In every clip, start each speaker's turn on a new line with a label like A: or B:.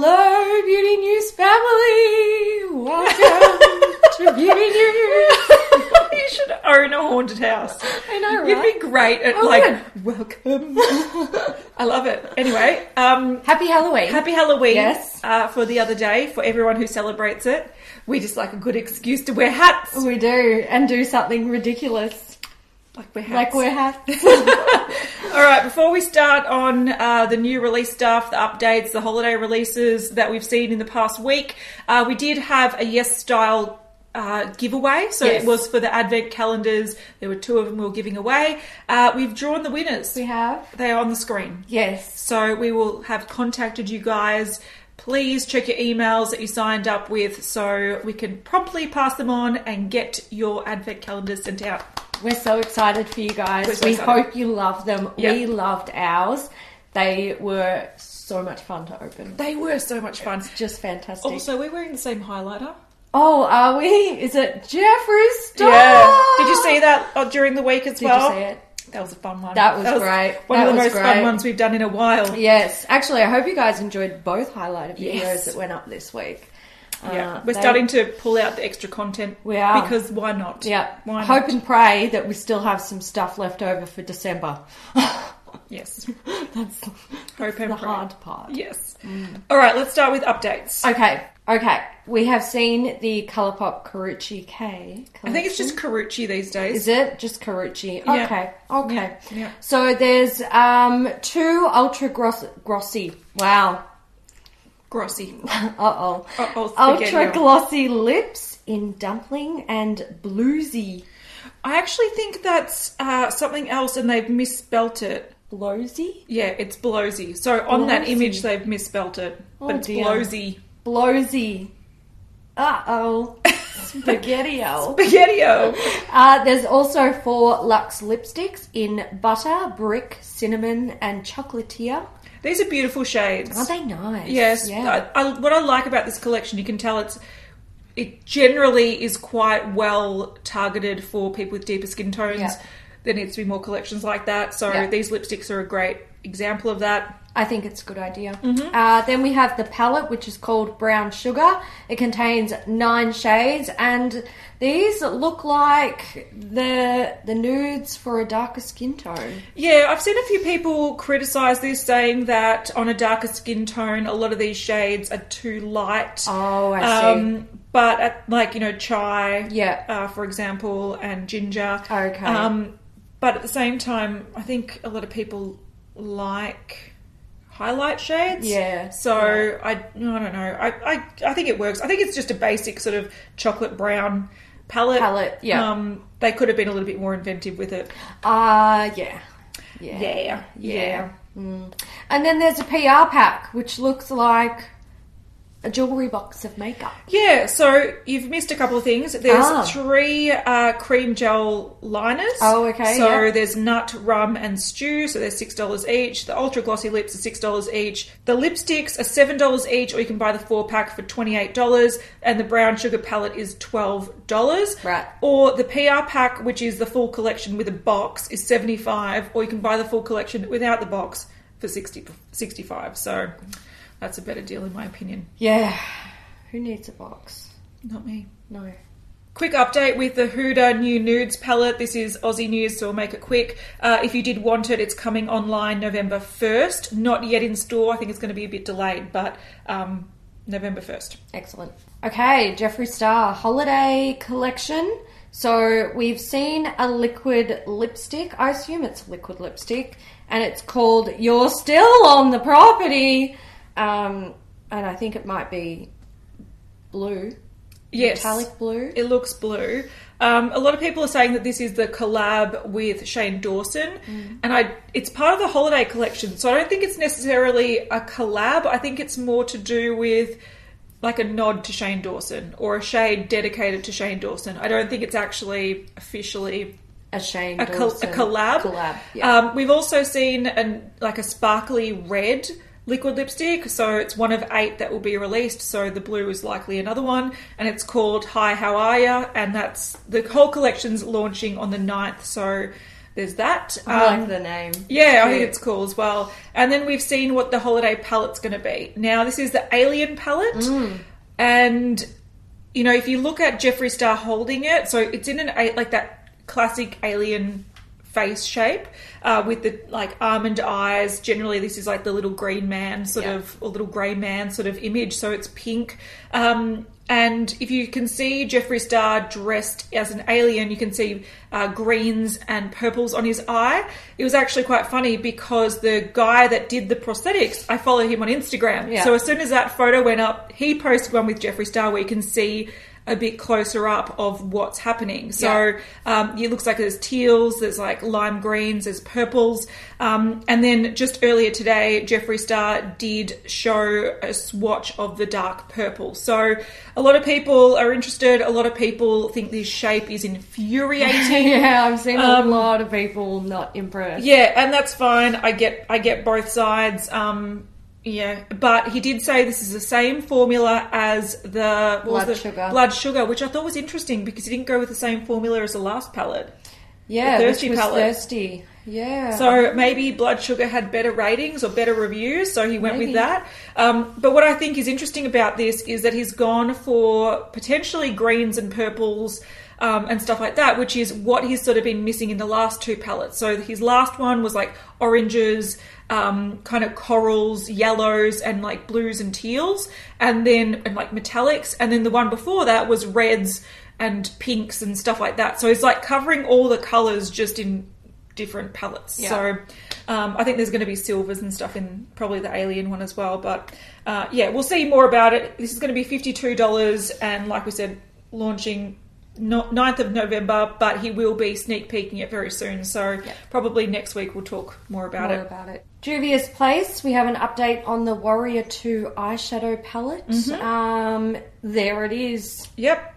A: Hello, Beauty News family! Welcome to Beauty News!
B: you should own a haunted house.
A: I know,
B: You'd
A: right?
B: be great at
A: I
B: like
A: welcome.
B: I love it. Anyway, um
A: Happy Halloween.
B: happy Halloween
A: Yes.
B: uh, for the other day for everyone who celebrates it. We just like a good excuse to wear hats.
A: we do, and do something ridiculous.
B: Like wear hats.
A: Like we're hats.
B: All right, before we start on uh, the new release stuff, the updates, the holiday releases that we've seen in the past week, uh, we did have a Yes Style uh, giveaway. So
A: Yes.
B: it was for the Advent calendars. There were two of them we were giving away. Uh, we've drawn the winners.
A: we have.
B: They are on the screen.
A: Yes.
B: So we will have contacted you guys. Please check your emails that you signed up with so we can promptly pass them on and get your Advent calendars sent out.
A: We're so excited for you guys.
B: We're so
A: we
B: excited.
A: hope you love them.
B: Yeah.
A: We loved ours. They were so much fun to open.
B: They were so much fun.
A: Just fantastic.
B: Also, we're wearing the same highlighter.
A: oh, are we? Is it Jeffree Star?
B: Oh! Did you see that uh, during the week as
A: Did
B: well?
A: you see it?
B: That was a fun one.
A: That was great.
B: One
A: That
B: of the
A: was
B: most fun
A: great.
B: ones we've done in a while.
A: Yes, actually, I hope you guys enjoyed both highlighter videos
B: Yes.
A: that went up this week.
B: Yeah.
A: Uh,
B: we're
A: they-
B: starting to pull out the extra content.
A: We are.
B: Because why not?
A: Yeah,
B: Why not?
A: hope and pray that we still have some stuff left over for December.
B: Yes.
A: that's
B: Hope and
A: the
B: pray.
A: hard Mm. part.
B: Yes. All right, let's start with updates.
A: Okay, okay, we have seen the ColourPop Karuchi K.
B: I think it's just Karuchi these days.
A: Is it just Karuchi?
B: Yeah.
A: Okay, okay.
B: Yeah, yeah.
A: So there's um two ultra gross glossy. Wow.
B: Grossy.
A: Uh oh.
B: Uh-oh,
A: ultra
B: spaghetti.
A: glossy lips in dumpling and bluesy.
B: I actually think that's uh, something else, and they've misspelt it.
A: Blowsy?
B: Yeah, it's Blowsy. So on that
A: Blowsy.
B: image, they've misspelt it, but
A: Oh,
B: it's
A: dear.
B: Blowsy.
A: Blowsy. Uh oh. Spaghetti-o.
B: Spaghettio.
A: Uh, there's also four Luxe lipsticks in butter, brick, cinnamon, and chocolatier.
B: These are beautiful shades.
A: Are they nice?
B: Yes.
A: Yeah.
B: I, I, what I like about this collection, you can tell it's it generally is quite well targeted for people with deeper skin tones.
A: Yeah.
B: There needs to be more collections like that. So
A: Yeah.
B: these lipsticks are a great example of that.
A: I think it's a good idea. Uh, then we have the palette, which is called Brown Sugar. It contains nine shades, and these look like the the nudes for a darker skin tone.
B: Yeah, I've seen a few people criticise this, saying that on a darker skin tone, a lot of these shades are too light. Um,
A: Oh, I see.
B: but at, like you know, chai,
A: Yeah.
B: uh, for example, and ginger.
A: Okay.
B: Um, but at the same time, I think a lot of people like highlight shades.
A: Yeah.
B: So I, I don't know. I, I, I think it works. I think it's just a basic sort of chocolate brown palette.
A: Palette, yeah.
B: Um, they could have been a little bit more inventive with it.
A: Uh, yeah. Yeah.
B: Yeah.
A: Yeah. Mm. And then there's a PR pack, which looks like a jewelry box of makeup.
B: Yeah, so you've missed a couple of things. There's
A: Ah.
B: three uh, cream gel liners.
A: Oh, okay,
B: So
A: yeah.
B: there's nut, rum, and stew. So they're six dollars each. The ultra glossy lips are six dollars each. The lipsticks are seven dollars each, or you can buy the four pack for twenty eight dollars. And the brown sugar palette is twelve dollars.
A: Right.
B: Or the PR pack, which is the full collection with a box, is seventy five. Or you can buy the full collection without the box for 60, 65 So that's a better deal, in my opinion.
A: Yeah. Who needs a box?
B: Not me.
A: No.
B: Quick update with the Huda New Nudes palette. This is Aussie news, so we'll make it quick. Uh, if you did want it, it's coming online November 1st. Not yet in store. I think it's going to be a bit delayed, but um, November 1st.
A: Excellent. Okay, Jeffree Star holiday collection. So we've seen a liquid lipstick. I assume it's liquid lipstick, and it's called "You're Still on the Property," um, and I think it might be blue,
B: Yes.
A: metallic blue.
B: It looks blue. Um, a lot of people are saying that this is the collab with Shane Dawson, and I it's part of the holiday collection, so I don't think it's necessarily a collab. I think it's more to do with like a nod to Shane Dawson or a shade dedicated to Shane Dawson. I don't think it's actually officially
A: A Shane
B: a, col- a
A: Dawson
B: collab.
A: Collab. Yeah.
B: Um, we've also seen an like a sparkly red liquid lipstick, so it's one of eight that will be released. So the blue is likely another one, and it's called Hi How Are Ya, and that's the whole collection's launching on the 9th, So there's that.
A: I
B: Um,
A: like the name.
B: yeah, I think
A: Cute.
B: it's cool as well. And then we've seen what the holiday palette's going to be. Now, this is the alien palette. And, you know, if you look at Jeffree Star holding it, so it's in an, a- like that classic alien face shape uh, with the, like, almond eyes. Generally, this is like the little green man sort
A: Yeah.
B: of, or little grey man sort of image. So it's pink. Um, and if you can see Jeffree Star dressed as an alien, you can see uh, greens and purples on his eye. It was actually quite funny because the guy that did the prosthetics, I follow him on Instagram.
A: Yeah.
B: So as soon as that photo went up, he posted one with Jeffree Star where you can see a bit closer up of what's happening. So um, it looks like there's teals, there's like lime greens, there's purples. Um, and then just earlier today, Jeffree Star did show a swatch of the dark purple. So a lot of people are interested. A lot of people think this shape is infuriating.
A: yeah, I've seen a
B: um,
A: lot of people not impressed.
B: Yeah, and that's fine. I get I get both sides. Um, yeah, but he did say this is the same formula as the, what was
A: Blood
B: the-
A: Sugar.
B: blood sugar, which I thought was interesting because he didn't go with the same formula as the last palette.
A: Yeah,
B: The
A: thirsty
B: thirsty
A: which was
B: palate.
A: thirsty. Yeah.
B: So maybe blood sugar had better ratings or better reviews, so he went
A: Maybe.
B: with that. Um, but what I think is interesting about this is that he's gone for potentially greens and purples. Um, and stuff like that, which is what he's sort of been missing in the last two palettes. So his last one was like oranges, um, kind of corals, yellows, and like blues and teals, and then and like metallics, and then the one before that was reds and pinks and stuff like that. So he's like covering all the colors just in different palettes.
A: Yeah.
B: So um, I think there's going to be silvers and stuff in probably the alien one as well. But uh, yeah, we'll see more about it. This is going to be $52 and like we said, launching no- 9th of November, but he will be sneak peeking it very soon. So probably next week we'll talk more about
A: More
B: it.
A: about it. Juvia's Place, we have an update on the Warrior 2 eyeshadow palette.
B: Mm-hmm.
A: Um, there it is.
B: Yep.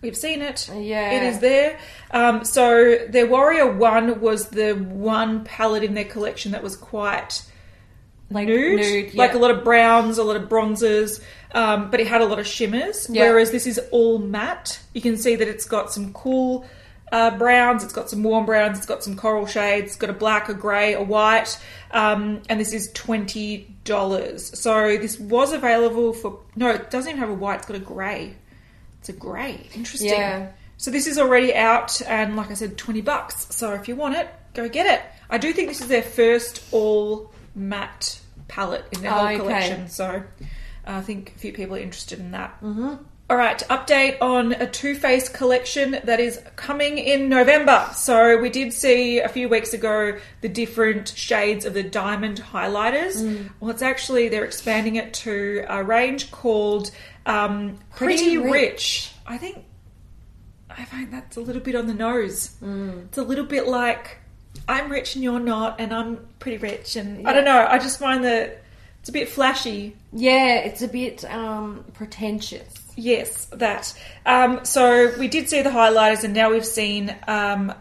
B: We've seen it.
A: Yeah.
B: It is there. Um, so their Warrior 1 was the one palette in their collection that was quite
A: Like
B: nude,
A: nude
B: like
A: yeah.
B: a lot of browns, a lot of bronzes, um, but it had a lot of shimmers.
A: Yeah.
B: Whereas this is all matte. You can see that it's got some cool uh, browns, it's got some warm browns, it's got some coral shades, it's got a black, a grey, a white, um, and this is twenty dollars. So this was available for no, it doesn't even have a white. It's got a grey. It's a grey. Interesting.
A: Yeah.
B: So this is already out, and like I said, twenty bucks. So if you want it, go get it. I do think this is their first all matte palette in their
A: Oh,
B: whole
A: okay.
B: collection. So I think a few people are interested in that. Mm-hmm. right, update on a Two Face collection that is coming in November. So we did see a few weeks ago the different shades of the diamond highlighters. Well, it's actually they're expanding it to a range called um,
A: Pretty
B: Pretty,
A: Rich.
B: rich. I think I find that's a little bit on the nose. It's a little bit like I'm rich and you're not, and I'm pretty rich, and I don't know. I just find that it's a bit flashy.
A: Yeah, it's a bit um, pretentious.
B: Yes, that. Um, so we did see the highlighters, and now we've seen um,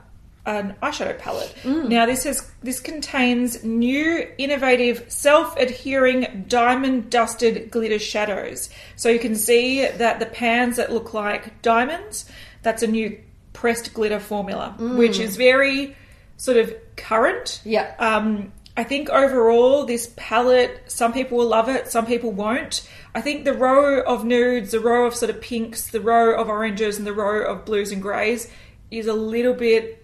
B: an eyeshadow palette. Now this has this contains new, innovative, self-adhering diamond-dusted glitter shadows. So you can see that the pans that look like diamonds. That's a new pressed glitter formula, which is very sort of current.
A: Yeah.
B: Um, I think overall, this palette, some people will love it, some people won't. I think the row of nudes, the row of sort of pinks, the row of oranges, and the row of blues and greys is a little bit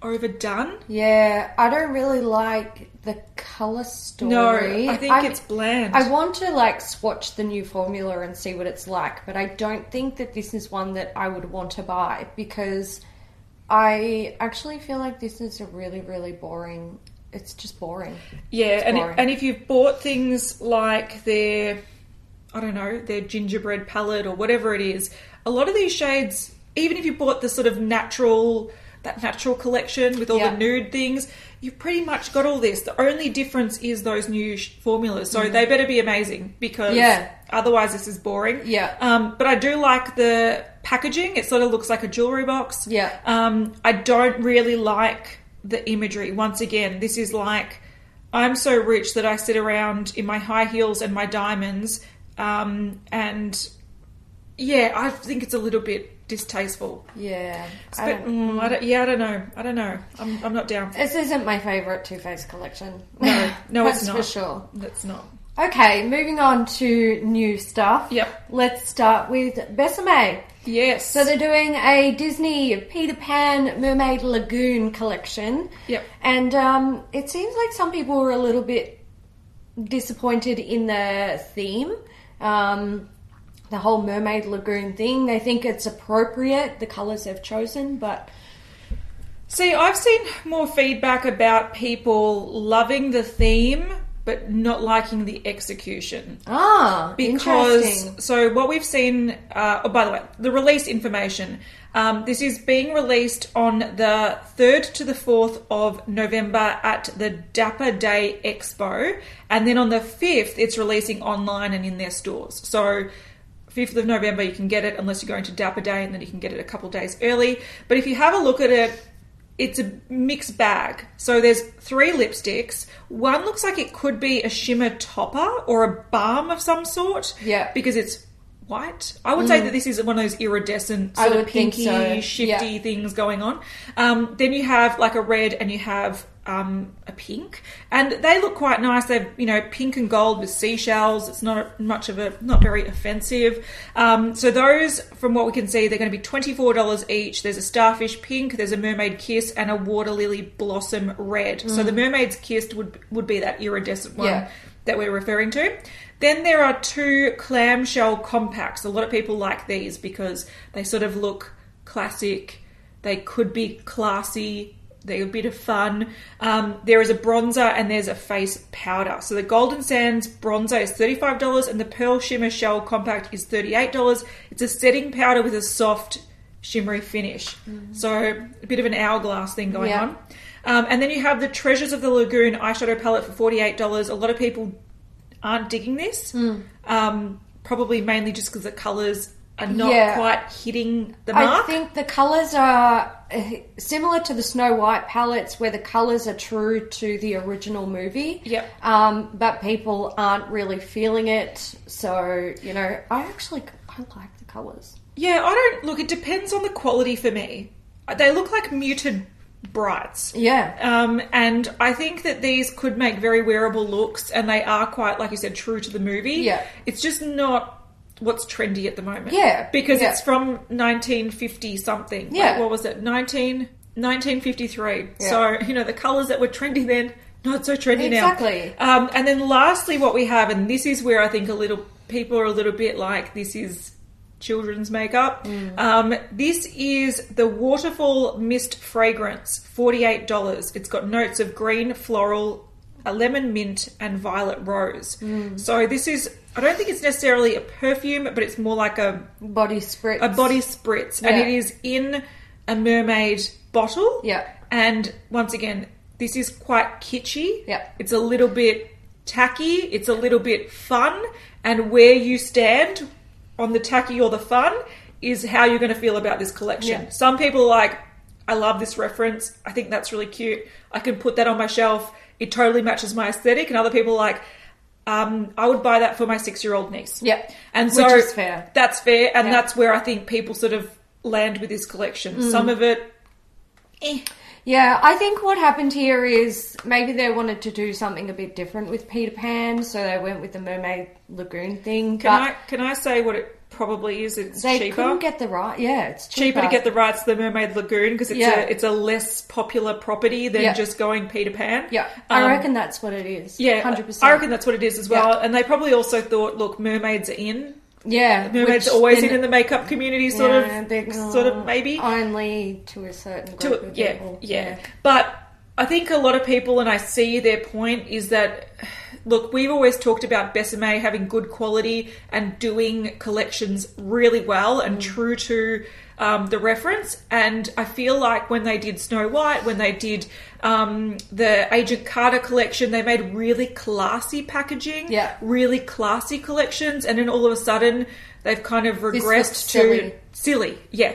B: overdone.
A: Yeah, I don't really like the color story.
B: No, I think it's bland.
A: I want to like swatch the new formula and see what it's like, but I don't think that this is one that I would want to buy because I actually feel like this is a really, really boring. It's just boring.
B: Yeah, and
A: boring.
B: and if you've bought things like their, I don't know, their gingerbread palette or whatever it is, a lot of these shades, even if you bought the sort of natural that natural collection with all
A: Yeah.
B: the nude things, you've pretty much got all this. The only difference is those new sh- formulas, so they better be amazing because
A: Mm-hmm. Yeah.
B: otherwise this is boring.
A: Yeah.
B: Um, but I do like the packaging. It sort of looks like a jewelry box.
A: Yeah.
B: Um, I don't really like the imagery. Once again, this is like I'm so rich that I sit around in my high heels and my diamonds. Um, and yeah, I think it's a little bit distasteful.
A: Yeah.
B: It's a
A: I
B: bit-
A: don't,
B: mm, I don't- yeah, I don't know. I don't know. I'm, I'm not down.
A: this isn't my favourite Two Face collection.
B: No, no,
A: That's
B: it's not.
A: for sure.
B: That's not.
A: Okay, moving on to new stuff.
B: Yep.
A: Let's start with Besame.
B: Yes.
A: So they're doing a Disney Peter Pan Mermaid Lagoon collection.
B: Yep.
A: And um, it seems like some people were a little bit disappointed in the theme, um, the whole Mermaid Lagoon thing. They think it's appropriate, the colours they've chosen, but
B: See, I've seen more feedback about people loving the theme but not liking the execution.
A: ah, interesting.
B: Because, so what we've seen, uh, oh, by the way, the release information. Um, this is being released on the 3rd to the 4th of November at the Dapper Day Expo. And then on the 5th, it's releasing online and in their stores. So 5th of November, you can get it unless you're going to Dapper Day, and then you can get it a couple days early. But if you have a look at it, it's a mixed bag. So there's three lipsticks. One looks like it could be a shimmer topper or a balm of some sort.
A: Yeah.
B: Because it's white. I would say that this is one of those iridescent,
A: Mm. I
B: sort of
A: would think
B: pinky,
A: so.
B: shifty
A: Yeah.
B: things going on. Um, then you have like a red and you have um, a pink. And they look quite nice. They're, you know, pink and gold with seashells. It's not much of a, not very offensive. Um, so those, from what we can see, they're going to be $24 each. There's a starfish pink, there's a mermaid kiss, and a water lily blossom red. So the mermaid's kiss would, would be that iridescent one
A: Mm. Yeah.
B: that we're referring to. Then there are two clamshell compacts. A lot of people like these because they sort of look classic. They could be classy. They're a bit of fun. Um, there is a bronzer and there's a face powder. So the Golden Sands bronzer is $35 and the Pearl Shimmer Shell Compact is $38. It's a setting powder with a soft, shimmery finish. So a bit of an hourglass thing going
A: Yeah.
B: on. Um, and then you have the Treasures of the Lagoon eyeshadow palette for $48. A lot of people aren't digging this.
A: Hmm.
B: Um, probably mainly just because the colours are not
A: Yeah.
B: quite hitting the
A: I
B: mark.
A: think the colours are eh, similar to the Snow White palettes, where the colours are true to the original movie.
B: Yep.
A: Um, but people aren't really feeling it, so you know, I actually I like the colours.
B: yeah, I don't. Look, it depends on the quality for me. They look like muted brights.
A: Yeah.
B: Um, and I think that these could make very wearable looks, and they are quite, like you said, true to the movie.
A: Yeah.
B: It's just not what's trendy at the moment.
A: Yeah,
B: Because
A: yeah.
B: it's from 1950 something.
A: Yeah.
B: Like, what was it? 19, 1953.
A: Yeah.
B: So, you know, the colours that were trendy then, not so trendy
A: Exactly.
B: now. Um, and then lastly, what we have, and this is where I think a little people are a little bit like this is children's makeup. Um, this is the Waterfall Mist Fragrance, $48. It's got notes of green, floral, a lemon mint, and violet rose. So this is, I don't think it's necessarily a perfume, but it's more like a,
A: Body spritz.
B: a body spritz. And
A: Yeah.
B: it is in a mermaid bottle.
A: Yeah.
B: And once again, this is quite kitschy.
A: Yeah.
B: It's a little bit tacky, it's a little bit fun, and where you stand on the tacky or the fun is how you're going to feel about this collection.
A: Yeah.
B: Some people are like, I love this reference. I think that's really cute. I can put that on my shelf. It totally matches my aesthetic. And other people are like, um, I would buy that for my six year old niece.
A: Yeah.
B: And
A: Which
B: so
A: is fair.
B: that's fair. And
A: Yeah. Mm.
B: that's where I think people sort of land with this collection. Some of it, eh.
A: Yeah, I think what happened here is maybe they wanted to do something a bit different with Peter Pan, so they went with the Mermaid Lagoon thing.
B: Can
A: but
B: I can I say what it probably is? It's
A: they
B: cheaper.
A: couldn't get the right. Yeah, it's cheaper,
B: cheaper to get the rights to the Mermaid Lagoon because it's
A: Yeah.
B: a it's a less popular property than
A: Yeah.
B: just going Peter Pan.
A: Yeah, I
B: Um,
A: reckon that's what it is.
B: Yeah,
A: hundred percent.
B: I reckon that's what it is as well. And they probably also thought, look, mermaids are in.
A: Yeah,
B: Mermaids
A: which
B: are always
A: then-
B: in in the makeup community, sort
A: Yeah,
B: of,
A: they're
B: sort of maybe.
A: only to a certain
B: to-
A: group of
B: yeah,
A: people.
B: yeah, But I think a lot of people, and I see their point, is that look, we've always talked about Besame having good quality and doing collections really well
A: Mm.
B: and true to um, the reference. And I feel like when they did Snow White, when they did um, the Agent Carter collection, they made really classy packaging,
A: Yeah.
B: really classy collections, and then all of a sudden they've kind of
A: looks
B: regressed to
A: silly.
B: silly. Yeah,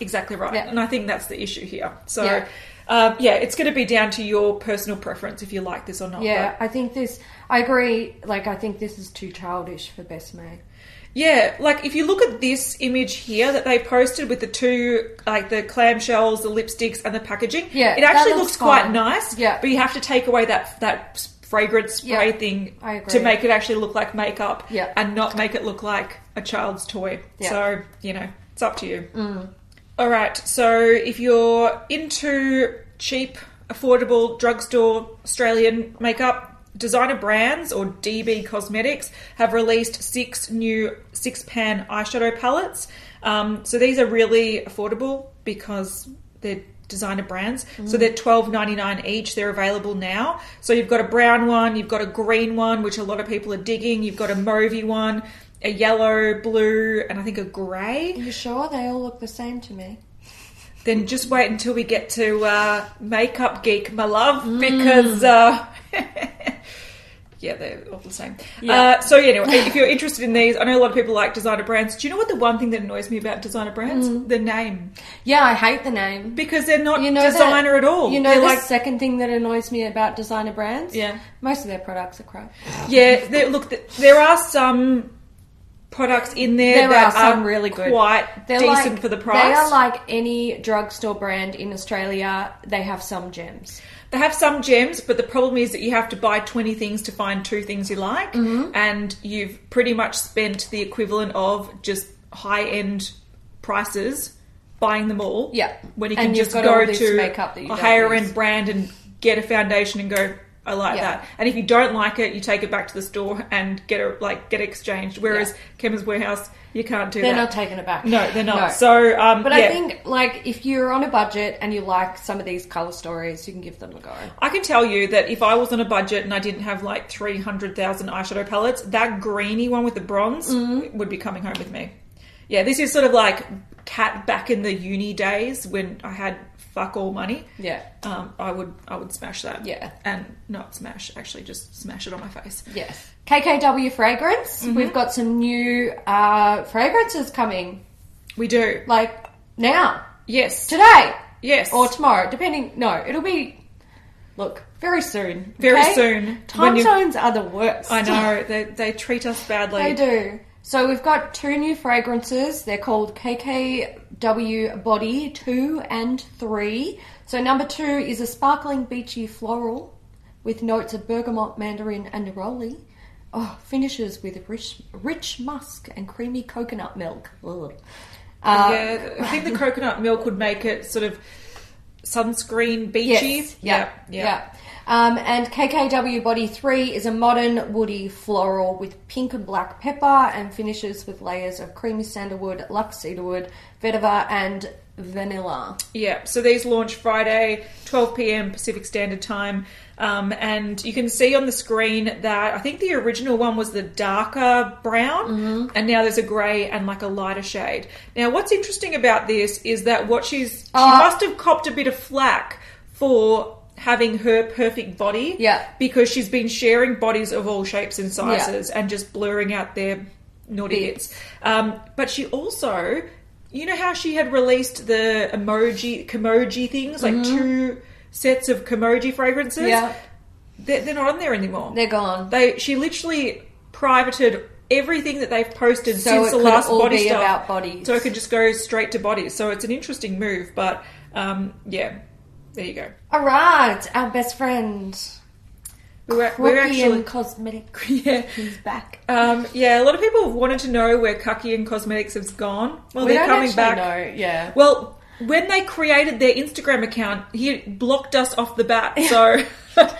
B: exactly right.
A: Yeah.
B: And I think that's the issue here. So
A: Yeah.
B: Um, yeah, it's going to be down to your personal preference if you like this or not.
A: Yeah,
B: but-
A: I think this. I agree. Like, I think this is too childish for Best Mate.
B: Yeah, like if you look at this image here that they posted with the two, like the clamshells, the lipsticks, and the packaging,
A: Yeah,
B: it actually
A: that
B: looks,
A: looks
B: quite
A: fine.
B: nice.
A: Yeah.
B: but you have to take away that that fragrance spray
A: Yeah,
B: thing
A: I agree.
B: to make it actually look like makeup,
A: Yeah.
B: and not make it look like a child's toy.
A: Yeah.
B: So you know, it's up to you. All right, so if you're into cheap, affordable drugstore Australian makeup, designer brands or DB Cosmetics have released six new six pan eyeshadow palettes. Um, so these are really affordable because they're designer brands. So they're twelve ninety nine each. They're available now. So you've got a brown one, you've got a green one, which a lot of people are digging. You've got a mauvey one, a yellow, blue, and I think a grey.
A: Are you sure they all look the same to me?
B: Then just wait until we get to uh, Makeup Geek, my
A: Mm.
B: love, because. Uh, Yeah, they're all the same.
A: Yeah.
B: Uh, so yeah, anyway, if you're interested in these, I know a lot of people like designer brands. Do you know what the one thing that annoys me about designer brands? The name,
A: Yeah, I hate the name.
B: because they're not
A: Mm. You know
B: designer
A: that-
B: at all.
A: You know
B: they're
A: the
B: like,
A: second thing that annoys me about designer brands?
B: Yeah.
A: Most of their products are crap.
B: yeah. they- Look, th- there are some products in there,
A: There
B: that
A: are some
B: really
A: really good.
B: quite
A: They're
B: decent
A: like-
B: for the price.
A: They are like any drugstore brand in Australia. They have some gems.
B: They have some gems, but the problem is that you have to buy 20 things to find two things you like,
A: Mm-hmm.
B: and you've pretty much spent the equivalent of just high end prices buying them all.
A: Yeah.
B: When you can
A: And you've
B: just
A: got
B: go
A: all this
B: to
A: makeup that you
B: a
A: don't
B: higher
A: use.
B: end brand and get a foundation and go, I like
A: Yeah.
B: that. And if you don't like it, you take it back to the store and get it like get it exchanged. Whereas Chemist Warehouse, you can't do
A: They're
B: that.
A: not taking it back.
B: no, they're not. So, um,
A: But
B: yeah.
A: I think, like, if you're on a budget and you like some of these colour stories, you can give them a go.
B: I can tell you that if I was on a budget and I didn't have like 300,000 eyeshadow palettes, that greeny one with the bronze
A: Mm-hmm.
B: would be coming home with me. Yeah, this is sort of like cat back in the uni days when I had fuck all money.
A: Yeah.
B: Um, I would I would smash that.
A: Yeah.
B: And not smash, actually just smash it on my face.
A: Yes. KKW fragrance.
B: Mm-hmm.
A: We've got some new uh, fragrances coming,
B: We do.
A: like now,
B: Yes.
A: today,
B: Yes.
A: or tomorrow, depending. No, it'll be. Look, very soon.
B: Very
A: okay?
B: soon.
A: Time
B: When you-
A: zones are the worst.
B: I know they they treat us badly.
A: They do. So we've got two new fragrances. They're called KKW Body 2 and 3. So number 2 is a sparkling beachy floral with notes of bergamot, mandarin and neroli. Oh, finishes with rich, rich musk and creamy coconut milk. Ugh. Uh,
B: yeah, I think the coconut milk would make it sort of sunscreen beachy.
A: Yes, yeah, yeah. Um, and KKW Body 3 is a modern woody floral with pink and black pepper and finishes with layers of creamy sandalwood, luxe cedarwood, vetiver, and vanilla.
B: Yeah, so these launch Friday, 12 p.m. Pacific Standard Time. Um, and you can see on the screen that I think the original one was the darker brown,
A: Mm-hmm.
B: and now there's a grey and like a lighter shade. Now, what's interesting about this is that what she's she
A: Uh,
B: must have copped a bit of flack for having her perfect body,
A: Yeah.
B: because she's been sharing bodies of all shapes and sizes and just blurring out their naughty
A: Bits.
B: bits. Um, but she also, you know how she had released the emoji, Kimoji things, like two sets of Kimoji fragrances?
A: Mm-hmm. Yeah.
B: They're, they're not on there anymore.
A: They're gone.
B: They She literally privated everything that they've posted
A: So
B: since
A: it
B: the
A: could
B: last
A: all
B: body
A: be
B: stuff.
A: about bodies.
B: So it could just go straight to bodies. So it's an interesting move, but um, yeah, there you go.
A: All right, our best friend,
B: We were, we were
A: Rookie
B: actually.
A: and Cosmetic,
B: Yeah.
A: is back.
B: Um, yeah, a lot of people have wanted to know where Cucky and Cosmetics has gone. Well,
A: we
B: they're
A: don't
B: coming
A: actually
B: back.
A: know, yeah.
B: Well, when they created their Instagram account, he blocked us off the bat. So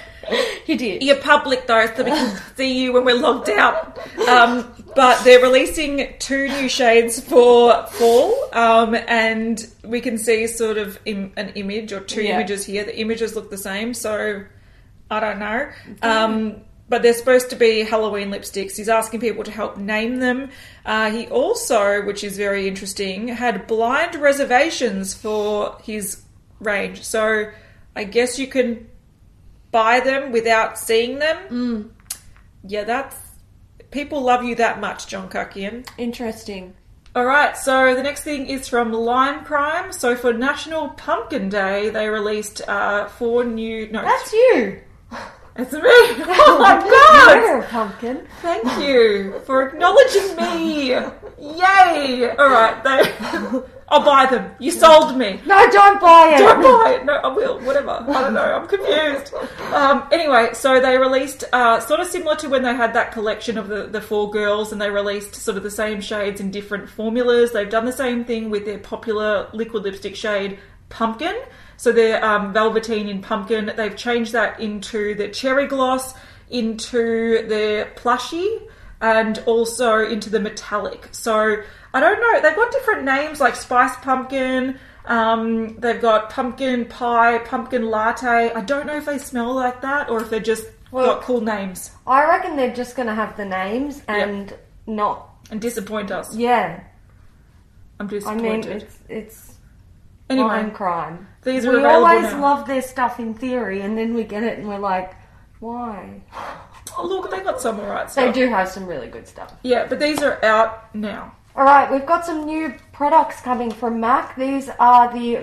A: He did.
B: you're public though, so we can see you when we're logged out. Um, but they're releasing two new shades for fall, um, and we can see sort of Im- an image or two
A: Yeah.
B: images here. The images look the same, so I don't know. Um, but they're supposed to be Halloween lipsticks. He's asking people to help name them. Uh, he also, which is very interesting, had blind reservations for his range. So I guess you can buy them without seeing them. Yeah, that's people love you that much, John Kirkian.
A: Interesting.
B: All right, so the next thing is from Lime Crime. So for National Pumpkin Day, they released uh, four new. No,
A: That's you.
B: it's me. Oh my god!
A: You're a pumpkin.
B: Thank you for acknowledging me. Yay! All right, they. I'll buy them. You sold me.
A: No, don't buy it.
B: Don't buy it. No, I will. Whatever. I don't know. I'm confused. Um, anyway, so they released uh, sort of similar to when they had that collection of the, the four girls and they released sort of the same shades in different formulas. They've done the same thing with their popular liquid lipstick shade, Pumpkin. So their um, Velveteen in Pumpkin. They've changed that into the Cherry Gloss, into their Plushie and also into the metallic. So I don't know. They've got different names like spice pumpkin. Um, they've got pumpkin pie, pumpkin latte. I don't know if they smell like that or if they're just
A: Well-
B: got cool names
A: I reckon they're just going to have the names and not.
B: and disappoint us.
A: Yeah.
B: I'm
A: I mean,
B: disappointed.
A: it's it's
B: anyway,
A: crime crime.
B: these are
A: we
B: available
A: always
B: now.
A: love their stuff in theory, and then we get it, and we're like, why?
B: oh, look, they got some alright
A: They
B: stuff.
A: do have some really good stuff.
B: Yeah, but these are out now.
A: All right, we've got some new products coming from MAC. These are the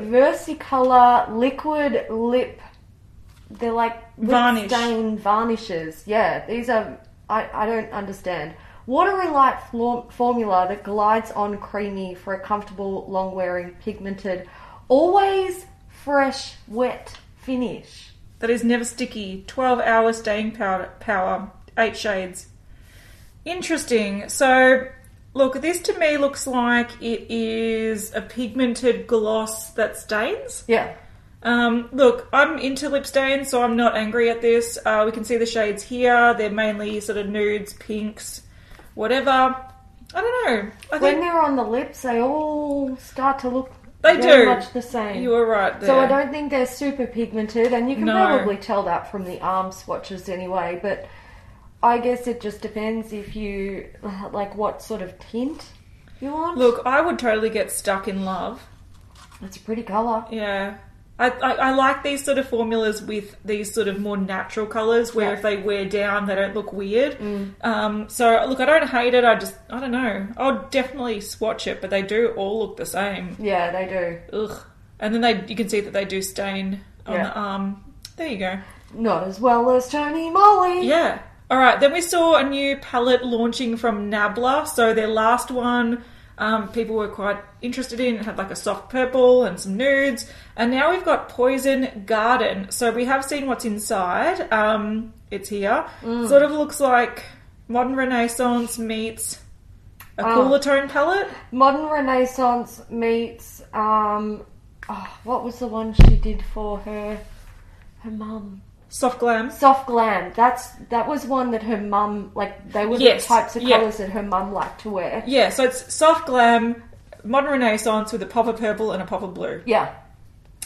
A: Versicolor liquid lip. They're like lip
B: Varnish.
A: stain varnishes. Yeah, these are. I, I don't understand. Watery light flo- formula that glides on creamy for a comfortable, long wearing, pigmented, always fresh, wet finish.
B: That is never sticky. 12 hour staying powder, power. Eight shades. Interesting. So, look, this to me looks like it is a pigmented gloss that stains.
A: Yeah.
B: Um, look, I'm into lip stains, so I'm not angry at this. Uh, we can see the shades here. They're mainly sort of nudes, pinks, whatever. I don't know. I
A: When
B: think
A: they're on the lips, they all start to look
B: They
A: very
B: do.
A: much the same.
B: you were right there.
A: So I don't think they're super pigmented, and you can
B: No.
A: probably tell that from the arm swatches anyway. But I guess it just depends if you like what sort of tint you want.
B: Look, I would totally get stuck in love.
A: it's a pretty color.
B: Yeah. I, I, I like these sort of formulas with these sort of more natural colours where
A: Yeah. Mm.
B: if they wear down, they don't look weird. Um, so, look, I don't hate it. I just, I don't know. I'll definitely swatch it, but they do all look the same.
A: Yeah, they do.
B: Ugh. And then they, you can see that they do stain on
A: Yeah.
B: the arm. There you go.
A: Not as well as Tony Moly.
B: Yeah. All right. Then we saw a new palette launching from Nabla. So their last one, um, people were quite interested in. It had like a soft purple and some nudes. And now we've got Poison Garden. So we have seen what's inside. Um, it's here.
A: Mm.
B: Sort of looks like modern Renaissance meets a
A: Oh.
B: cooler tone palette.
A: Modern Renaissance meets um, oh, what was the one she did for her her mum?
B: Soft glam.
A: Soft glam. That's that was one that her mum like. They were
B: Yes,
A: the types of
B: yeah.
A: colors that her mum liked to wear.
B: Yeah. So it's soft glam, modern Renaissance with a pop of purple and a pop of blue.
A: Yeah,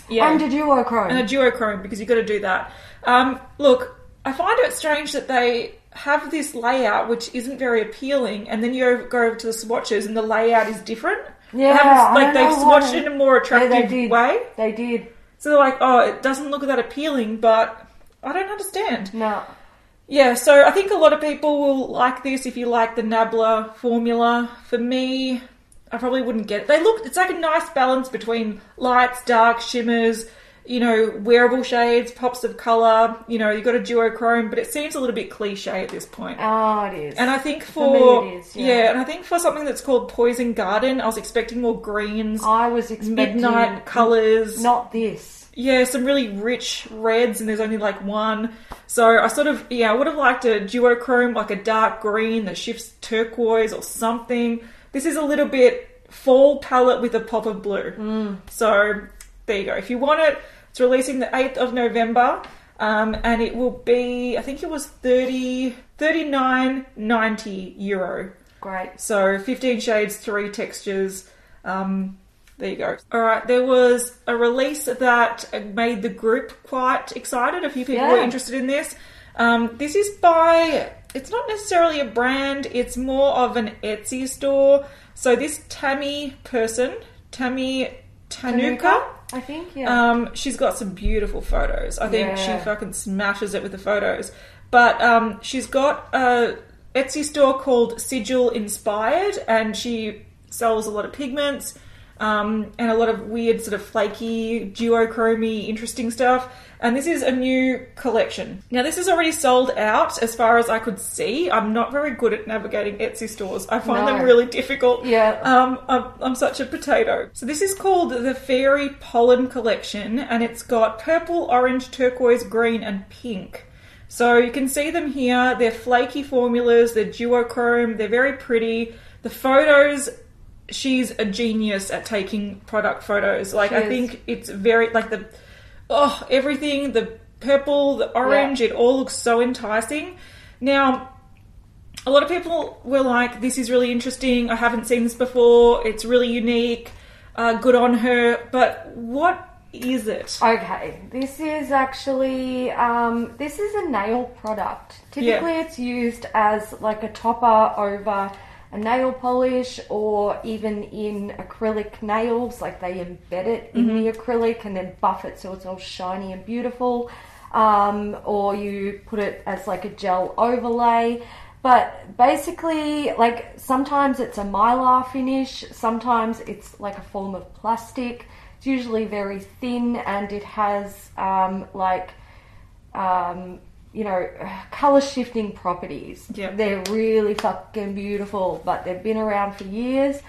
B: Yeah.
A: and a duochrome.
B: and a duochrome because you've got to do that. Um, look, I find it strange that they have this layout which isn't very appealing, and then you go over to the swatches and the layout is different. They
A: Yeah,
B: haven't- like
A: I don't
B: they've
A: know why.
B: swatched it in a more
A: Yeah,
B: attractive
A: they did.
B: way.
A: They did.
B: So they're like, oh, it doesn't look that appealing, but I don't understand.
A: No.
B: Yeah, so I think a lot of people will like this if you like the Nabla formula. For me, I probably wouldn't get it. They look, it's like a nice balance between lights, dark, shimmers, you know, wearable shades, pops of colour. You know, you've got a duochrome, but it seems a little bit cliche at this point.
A: Oh, it is.
B: And I think
A: For
B: for,
A: me it is, yeah.
B: and I think for something that's called Poison Garden, I was expecting more greens,
A: I was expecting
B: midnight colours.
A: Not this.
B: Yeah, some really rich reds, and there's only like one. So I sort of, yeah, I would have liked a duochrome, like a dark green that shifts turquoise or something. This is a little bit fall palette with a pop of blue. So there you go. If you want it, it's releasing the 8th of November, um, and it will be, I think it was 30, 39.90 euro.
A: Great.
B: So 15 shades, three textures. Um, there you go. All right, there was a release that made the group quite excited. A few people were
A: Yeah.
B: interested in this. Um, this is by, it's not necessarily a brand, it's more of an Etsy store. So this Tammy person, Tammy Tanuka.
A: I think. Yeah.
B: Um, she's got some beautiful photos. I think
A: Yeah.
B: she fucking smashes it with the photos. But um, she's got a Etsy store called Sigil Inspired, and she sells a lot of pigments um, and a lot of weird sort of flaky, duochromy, interesting stuff. And this is a new collection. Now, this is already sold out as far as I could see. I'm not very good at navigating Etsy stores. I find
A: No.
B: them really difficult.
A: Yeah.
B: Um, I'm, I'm such a potato. So this is called the Fairy Pollen Collection, and it's got purple, orange, turquoise, green, and pink. So you can see them here. They're flaky formulas. They're duochrome. They're very pretty. The photos. She's a genius at taking product photos. Like
A: She
B: I
A: is.
B: think it's very like the oh everything the purple, the orange. It all looks so enticing. Now a lot of people were like, "This is really interesting. I haven't seen this before. It's really unique. Uh, good on her." But what is it?
A: Okay, this is actually um, this is a nail product. Typically, it's used as like a topper over a nail polish, or even in acrylic nails. Like they embed it in the acrylic and then buff it so it's all shiny and beautiful. Um, or you put it as like a gel overlay. But basically, like sometimes it's a mylar finish, sometimes it's like a form of plastic. It's usually very thin and it has um, like um, you know color shifting properties.
B: Yeah.
A: They're really fucking beautiful, but they've been around for years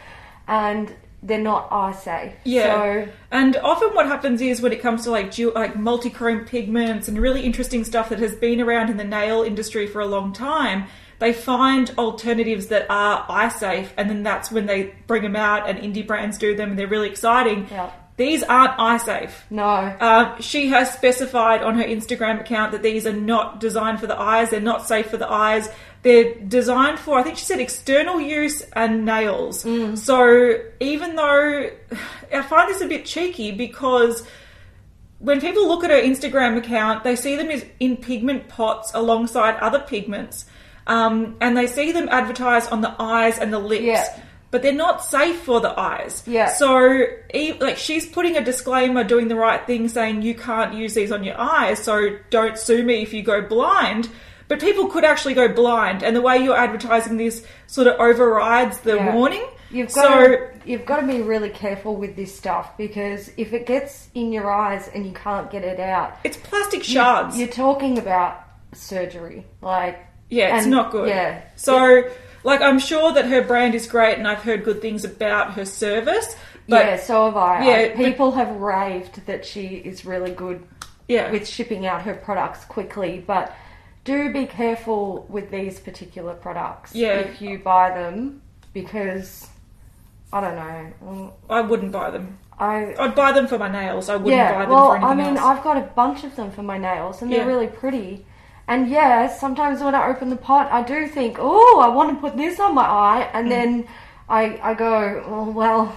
A: and they're not eye safe.
B: Yeah.
A: So
B: and often what happens is when it comes to like du- like multichrome pigments and really interesting stuff that has been around in the nail industry for a long time, they find alternatives that are eye safe, and then that's when they bring them out and indie brands do them and they're really exciting.
A: Yeah.
B: These aren't eye safe.
A: no.
B: Um, she has specified on her Instagram account that these are not designed for the eyes. They're not safe for the eyes. They're designed for, I think she said, external use and nails. So even though I find this a bit cheeky because when people look at her Instagram account, they see them as in pigment pots alongside other pigments, um, and they see them advertised on the eyes and the lips.
A: Yeah.
B: But they're not safe for the eyes.
A: Yeah.
B: So, e- like, she's putting a disclaimer, doing the right thing, saying you can't use these on your eyes, so don't sue me if you go blind. But people could actually go blind, and the way you're advertising this sort of overrides the
A: Yeah.
B: warning.
A: You've
B: so,
A: got to, you've got to be really careful with this stuff because if it gets in your eyes and you can't get it out,
B: it's plastic shards.
A: you're talking about surgery. Like
B: Yeah, it's
A: and-
B: not good.
A: Yeah.
B: So, like, I'm sure that her brand is great, and I've heard good things about her service. But
A: yeah, so have I.
B: Yeah, but-
A: People have raved that she is really good
B: yeah,
A: with shipping out her products quickly, but do be careful with these particular products
B: Yeah.
A: if you buy them because I don't know.
B: I wouldn't buy them.
A: I
B: I'd buy them for my nails. I wouldn't buy
A: yeah,
B: them
A: well,
B: for anything
A: I mean,
B: else.
A: I've got a bunch of them for my nails, and they're
B: Yeah.
A: really pretty. And yeah, sometimes when I open the pot, I do think, oh, I want to put this on my eye,
B: Hmm.
A: and then I I go, oh, well,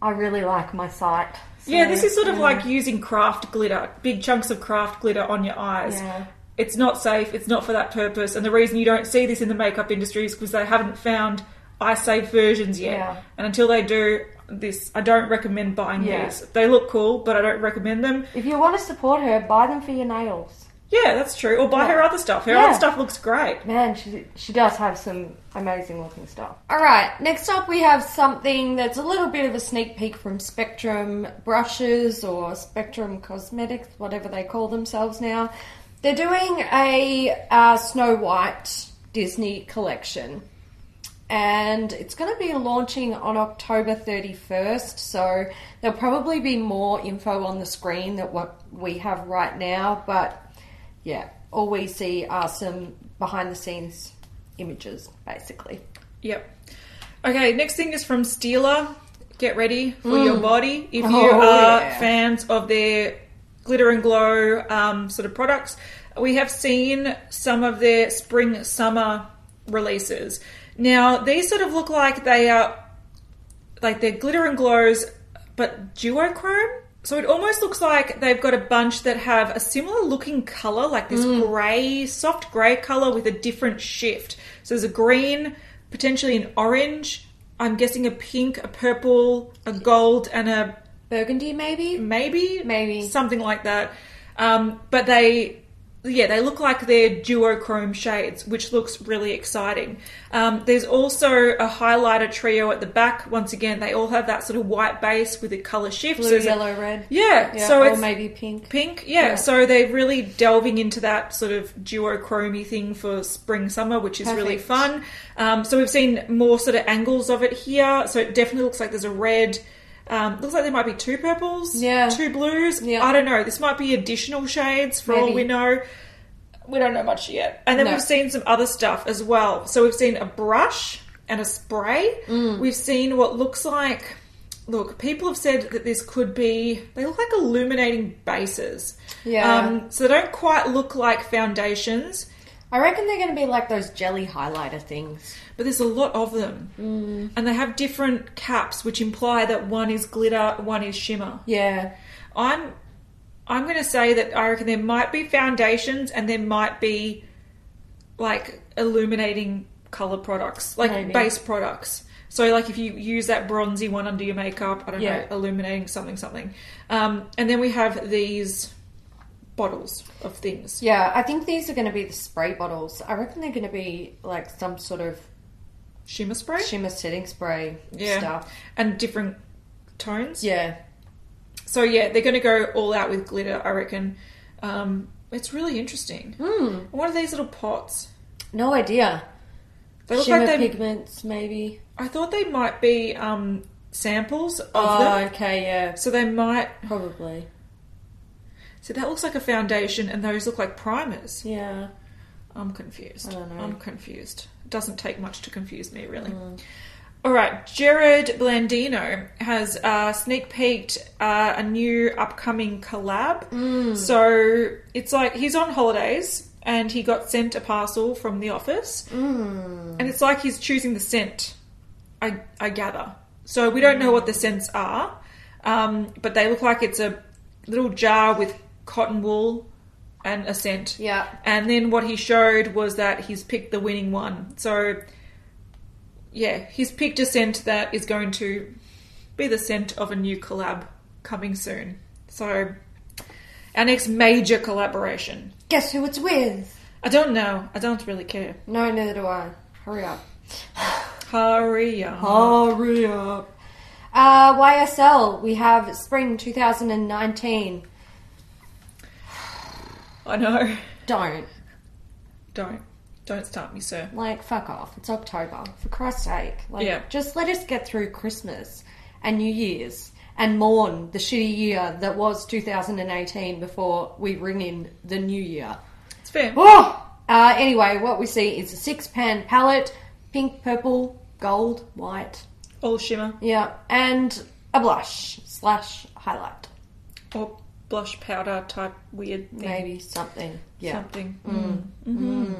A: I really like my sight. So,
B: yeah, this is sort of like using craft glitter, big chunks of craft glitter on your eyes.
A: Yeah.
B: It's not safe. It's not for that purpose. And the reason you don't see this in the makeup industry is because they haven't found eye safe versions yet.
A: Yeah.
B: And until they do this, I don't recommend buying
A: Yeah.
B: these. They look cool, but I don't recommend them.
A: If you want to support her, buy them for your nails.
B: Yeah, that's true. Or buy her other stuff. Her
A: Yeah.
B: other stuff looks great.
A: Man, she she does have some amazing looking stuff. All right, next up we have something that's a little bit of a sneak peek from Spectrum Brushes or Spectrum Cosmetics, whatever they call themselves now. They're doing a uh, Snow White Disney collection, and it's going to be launching on October 31st. So there'll probably be more info on the screen than what we have right now, but yeah, all we see are some behind the scenes images, basically.
B: Yep. Okay, next thing is from Steeler. Get ready for your body. If you
A: Mm. Oh,
B: are
A: yeah.
B: fans of their glitter and glow um, sort of products, we have seen some of their spring summer releases. Now, these sort of look like they are like they're glitter and glows, but duochrome. So it almost looks like they've got a bunch that have a similar looking color, like this grey, soft grey color with a different shift. So there's a green, potentially an orange. I'm guessing a pink, a purple, a gold, and a Mm.
A: Burgundy, maybe?
B: maybe,
A: Maybe.
B: something like that. Um, but they yeah, they look like they're duochrome shades, which looks really exciting. Um, there's also a highlighter trio at the back. Once again, they all have that sort of white base with a color shift.
A: Blue,
B: So it's a-
A: yellow, red.
B: yeah,
A: Yeah,
B: so
A: or
B: it's
A: maybe pink.
B: pink. Yeah,
A: Yeah.
B: so they're really delving into that sort of duochrome thing for spring summer, which is really
A: Perfect.
B: fun. Um, so we've seen more sort of angles of it here. So it definitely looks like there's a red. Um, looks like there might be two purples,
A: Yeah.
B: two blues.
A: Yeah.
B: I don't know. This might be additional shades for all
A: Maybe.
B: we know. We don't know much yet. And then
A: No.
B: we've seen some other stuff as well. So we've seen a brush and a spray.
A: Mm.
B: We've seen what looks like. Look, people have said that this could be. They look like illuminating bases.
A: Yeah.
B: Um, so they don't quite look like foundations,
A: I reckon they're going to be like those jelly highlighter things.
B: but there's a lot of them. Mm. And they have different caps, which imply that one is glitter, one is shimmer.
A: Yeah.
B: I'm I'm going to say that I reckon there might be foundations and there might be like illuminating color products, like
A: Maybe.
B: base products. So like if you use that bronzy one under your makeup, I don't
A: Yeah.
B: know, illuminating something something. Um, and then we have these bottles of things.
A: Yeah, I think these are going to be the spray bottles. I reckon they're going to be like some sort of
B: Shimmer spray
A: shimmer setting spray
B: Yeah.
A: stuff.
B: and different tones.
A: Yeah.
B: So yeah, they're going to go all out with glitter, I reckon. Um, it's really interesting.
A: Hmm.
B: What are these little pots?
A: No idea.
B: They look
A: shimmer
B: like they
A: pigments, maybe.
B: I thought they might be um, samples of
A: Oh,
B: them.
A: okay, yeah,
B: So they might.
A: probably.
B: So that looks like a foundation, and those look like primers.
A: Yeah.
B: I'm confused.
A: I don't know. Hmm.
B: am confused. It doesn't take much to confuse me, really. All right, Jared Blandino has uh, sneak peeked uh, a new upcoming collab.
A: Hmm.
B: So it's like he's on holidays and he got sent a parcel from the office,
A: Mm.
B: and it's like he's choosing the scent. I, I gather. So we don't know what the scents are, um, but they look like it's a little jar with cotton wool and a scent.
A: Yeah.
B: And then what he showed was that he's picked the winning one. So, yeah, he's picked a scent that is going to be the scent of a new collab coming soon. So, our next major collaboration.
A: Guess who it's with?
B: I don't know. I don't really care.
A: No, neither do I. Hurry up.
B: Hurry up.
A: Hurry up. Uh, YSL, we have spring 2019.
B: I know.
A: Don't.
B: Don't. Don't start me, sir.
A: Like, fuck off. It's October. For Christ's sake. Like,
B: Yeah.
A: just let us get through Christmas and New Year's and mourn the shitty year that was 2018 before we ring in the new year.
B: It's fair.
A: Oh! Uh, anyway, what we see is a six pan palette pink, purple, gold, white.
B: All shimmer
A: Yeah. And a blush slash highlight.
B: or blush powder type weird thing.
A: Maybe something. Yeah.
B: Something. Mm. hmm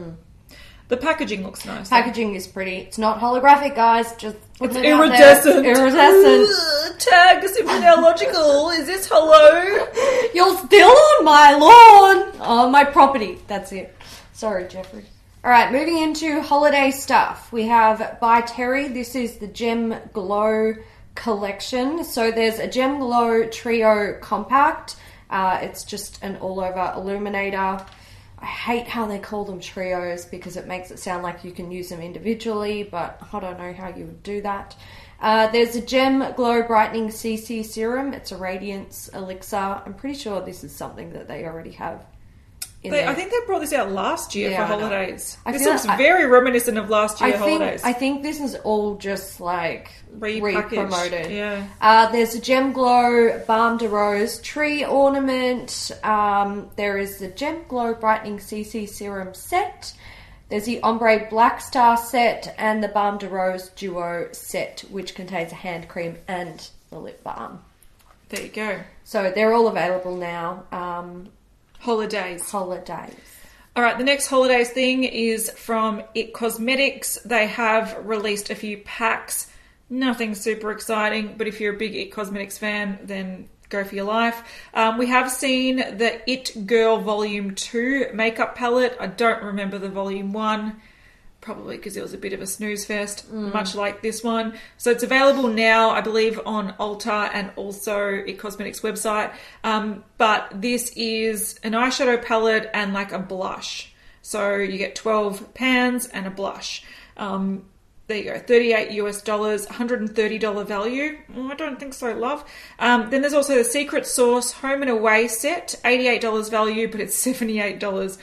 B: The packaging looks nice.
A: Packaging is pretty. It's not holographic, guys. Just
B: It's
A: putting it out there.
B: iridescent.
A: It's iridescent.
B: Ugh, Tag logical. Is this hello?
A: You're still on my lawn, on my property. That's it. Sorry, Jeffrey. All right, moving into holiday stuff. We have by Terry. This is the Gem Glow collection. So there's a Gem Glow Trio Compact. Uh, it's just an all-over illuminator. I hate how they call them trios because it makes it sound like you can use them individually, but I don't know how you would do that. Uh, there's a Gem Glow Brightening CC Serum. It's a radiance elixir. I'm pretty sure this is something that they already have. In
B: They,
A: their-
B: I think they brought this out last year
A: Yeah,
B: for
A: I know.
B: holidays.
A: I
B: this
A: feel-
B: looks
A: I-
B: very reminiscent of last
A: I
B: year
A: think
B: holidays.
A: I think this is all just like
B: Repackaged,
A: re-promoted.
B: yeah.
A: Uh, there's a Gem Glow Balm de Rose tree ornament. Um, there is the Gem Glow Brightening CC Serum set. There's the Ombre Black Star set and the Balm de Rose Duo set, which contains a hand cream and the lip balm.
B: there you go.
A: So they're all available now. Um,
B: Holidays.
A: holidays.
B: All right, the next holidays thing is from It Cosmetics. They have released a few packs. Nothing super exciting, but if you're a big It Cosmetics fan, then go for your life. Um, we have seen the It Girl Volume 2 makeup palette. I don't remember the Volume 1. probably because it was a bit of a snooze fest, much like this one. So it's available now, I believe, on Ulta and also at Cosmetics website. Um, but this is an eyeshadow palette and like a blush. So you get 12 pans and a blush. Um, there you go, 38 US dollars, $130 value. Mm, I don't think so, love. Um, then there's also the Secret Source Home and Away set, $88 value, but it's $78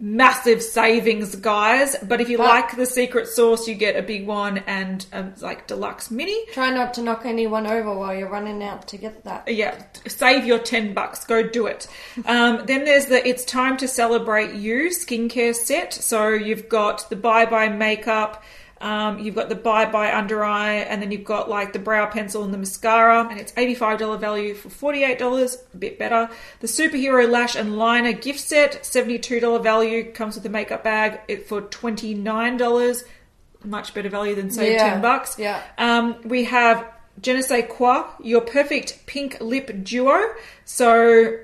B: massive savings, guys. But if you
A: But-
B: like the secret sauce, you get a big one and um, like deluxe mini.
A: Try not to knock anyone over while you're running out to get that.
B: Yeah, save your ten bucks. Go do it. Um, then there's the "It's Time to Celebrate You" skincare set. So you've got the Bye Bye makeup, um, you've got the Bye Bye under eye, and then you've got like the brow pencil and the mascara. And it's eighty five dollar value for forty eight dollars, a bit better. The superhero lash and liner gift set, seventy two dollar value, comes with a makeup bag. It for twenty nine dollars, much better value than say
A: Yeah,
B: ten bucks.
A: yeah.
B: Um, we have Je ne sais quoi, your perfect pink lip duo. So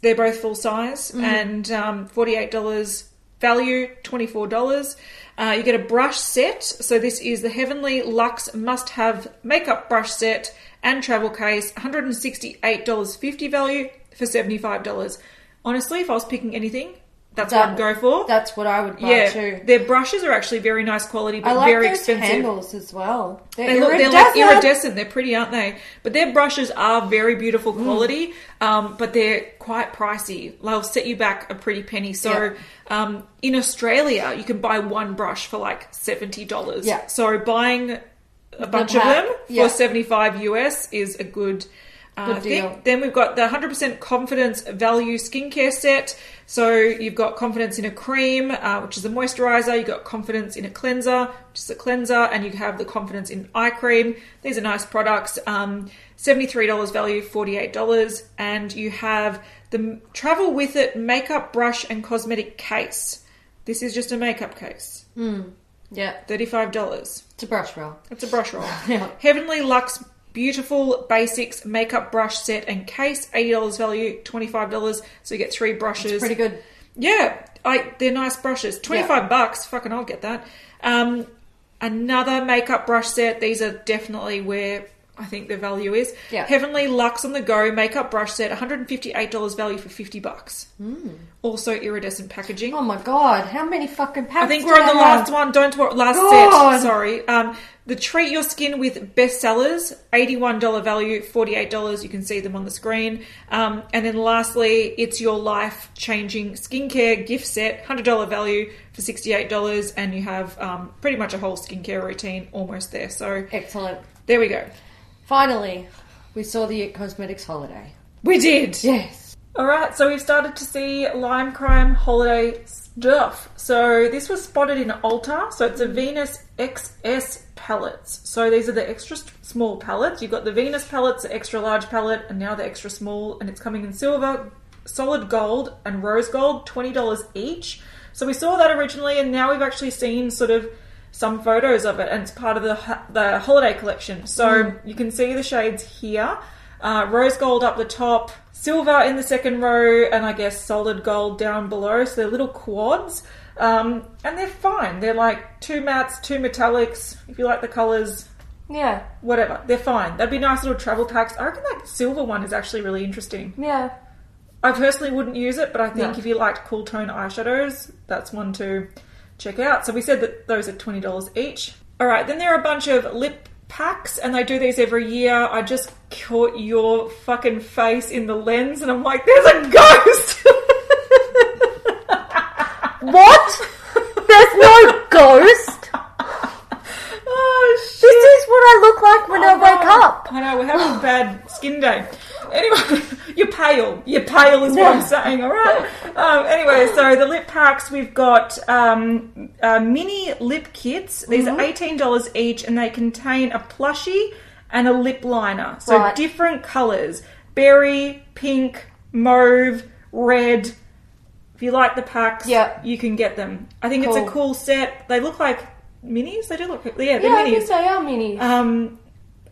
B: they're both full size
A: Mm-hmm.
B: and um, $48 value, $24. Uh, you get a brush set. So this is the Heavenly Luxe must have makeup brush set and travel case, $168.50 value for $75. Honestly, if I was picking anything, that's what I'd
A: That-
B: go for.
A: That's what I would buy
B: yeah,
A: too.
B: their brushes are actually very nice quality, but
A: I like
B: very
A: those
B: expensive.
A: handles as well. They're,
B: They look, they're
A: iridescent.
B: like iridescent. They're pretty, aren't they? But their brushes are very beautiful
A: Mm.
B: quality, um, but they're quite pricey. They'll set you back a pretty penny. So
A: Yeah.
B: um, in Australia, you can buy one brush for like seventy dollars.
A: Yeah.
B: So buying a bunch of
A: pack,
B: them
A: yeah.
B: for seventy five US is a good. Uh,
A: Good
B: thing.
A: deal.
B: Then we've got the 100% confidence value skincare set. So you've got confidence in a cream, uh, which is a moisturizer. You've got confidence in a cleanser, which is a cleanser, and you have the confidence in eye cream. These are nice products. Um, $73 value, $48. And you have the m- travel with it makeup brush and cosmetic case. This is just a makeup case,
A: Yeah,
B: $35.
A: it's a brush roll.
B: It's a brush roll.
A: Yeah.
B: Heavenly Luxe Beautiful Basics Makeup Brush Set and Case, $80 value, $25. So you get three brushes.
A: Pretty good.
B: Yeah, I, they're nice brushes. 25 bucks, fucking I'll get that. Um, another makeup brush set. These are definitely where I think the value is.
A: Yeah.
B: Heavenly Luxe on the Go makeup brush set, $158 value for 50 bucks.
A: Hmm.
B: Also iridescent packaging.
A: Oh my god, how many fucking packs?
B: I think we're on the last one. Don't worry. Last
A: God.
B: set. Sorry. Um, the treat your skin with bestsellers, eighty-one dollar value, forty-eight dollars. You can see them on the screen. Um, and then lastly, it's your life-changing skincare gift set, hundred dollar value for sixty-eight dollars, and you have um, pretty much a whole skincare routine almost there. So
A: Excellent.
B: there we go.
A: Finally, we saw the It Cosmetics holiday.
B: We did.
A: Yes.
B: All right, so we've started to see lime crime holiday stuff. So this was spotted in Ulta. So it's a Venus XS palettes. So these are the extra s- small palettes. You've got the Venus palettes, the extra large palette, and now the extra small, and it's coming in silver, solid gold, and rose gold, twenty dollars each. So we saw that originally, and now we've actually seen sort of some photos of it, and it's part of the ho- the holiday collection. So you can see the shades here. Uh, rose gold up the top, silver in the second row, and I guess solid gold down below. So they're little quads, um, and they're fine. They're like two mattes, two metallics. If you like the colors,
A: Yeah.
B: whatever, they're fine. That'd be nice little travel packs. I reckon that silver one is actually really interesting.
A: Yeah.
B: I personally wouldn't use it, but I think
A: No.
B: if you liked cool tone eyeshadows, that's one to check out. So we said that those are twenty dollars each. All right, then there are a bunch of lip packs, and they do these every year. I just caught your fucking face in the lens, and I'm like, there's a ghost.
A: What? There's no ghost.
B: oh shit!
A: This is what I look like when I
B: know.
A: wake up.
B: I know, we're having a bad skin day. Anyway, you're pale. You're pale is what I'm saying, all right? Um, anyway, so the lip packs, we've got um, uh, mini lip kits. These
A: Mm-hmm.
B: are $18 each, and they contain a plushie and a lip liner. So
A: Right.
B: different colours. Berry, pink, mauve, red. If you like the packs,
A: Yep.
B: you can get them. I think
A: Cool.
B: it's a cool set. They look like minis. They do look, yeah, they're
A: Yeah, I
B: minis.
A: think they are mini.
B: Um,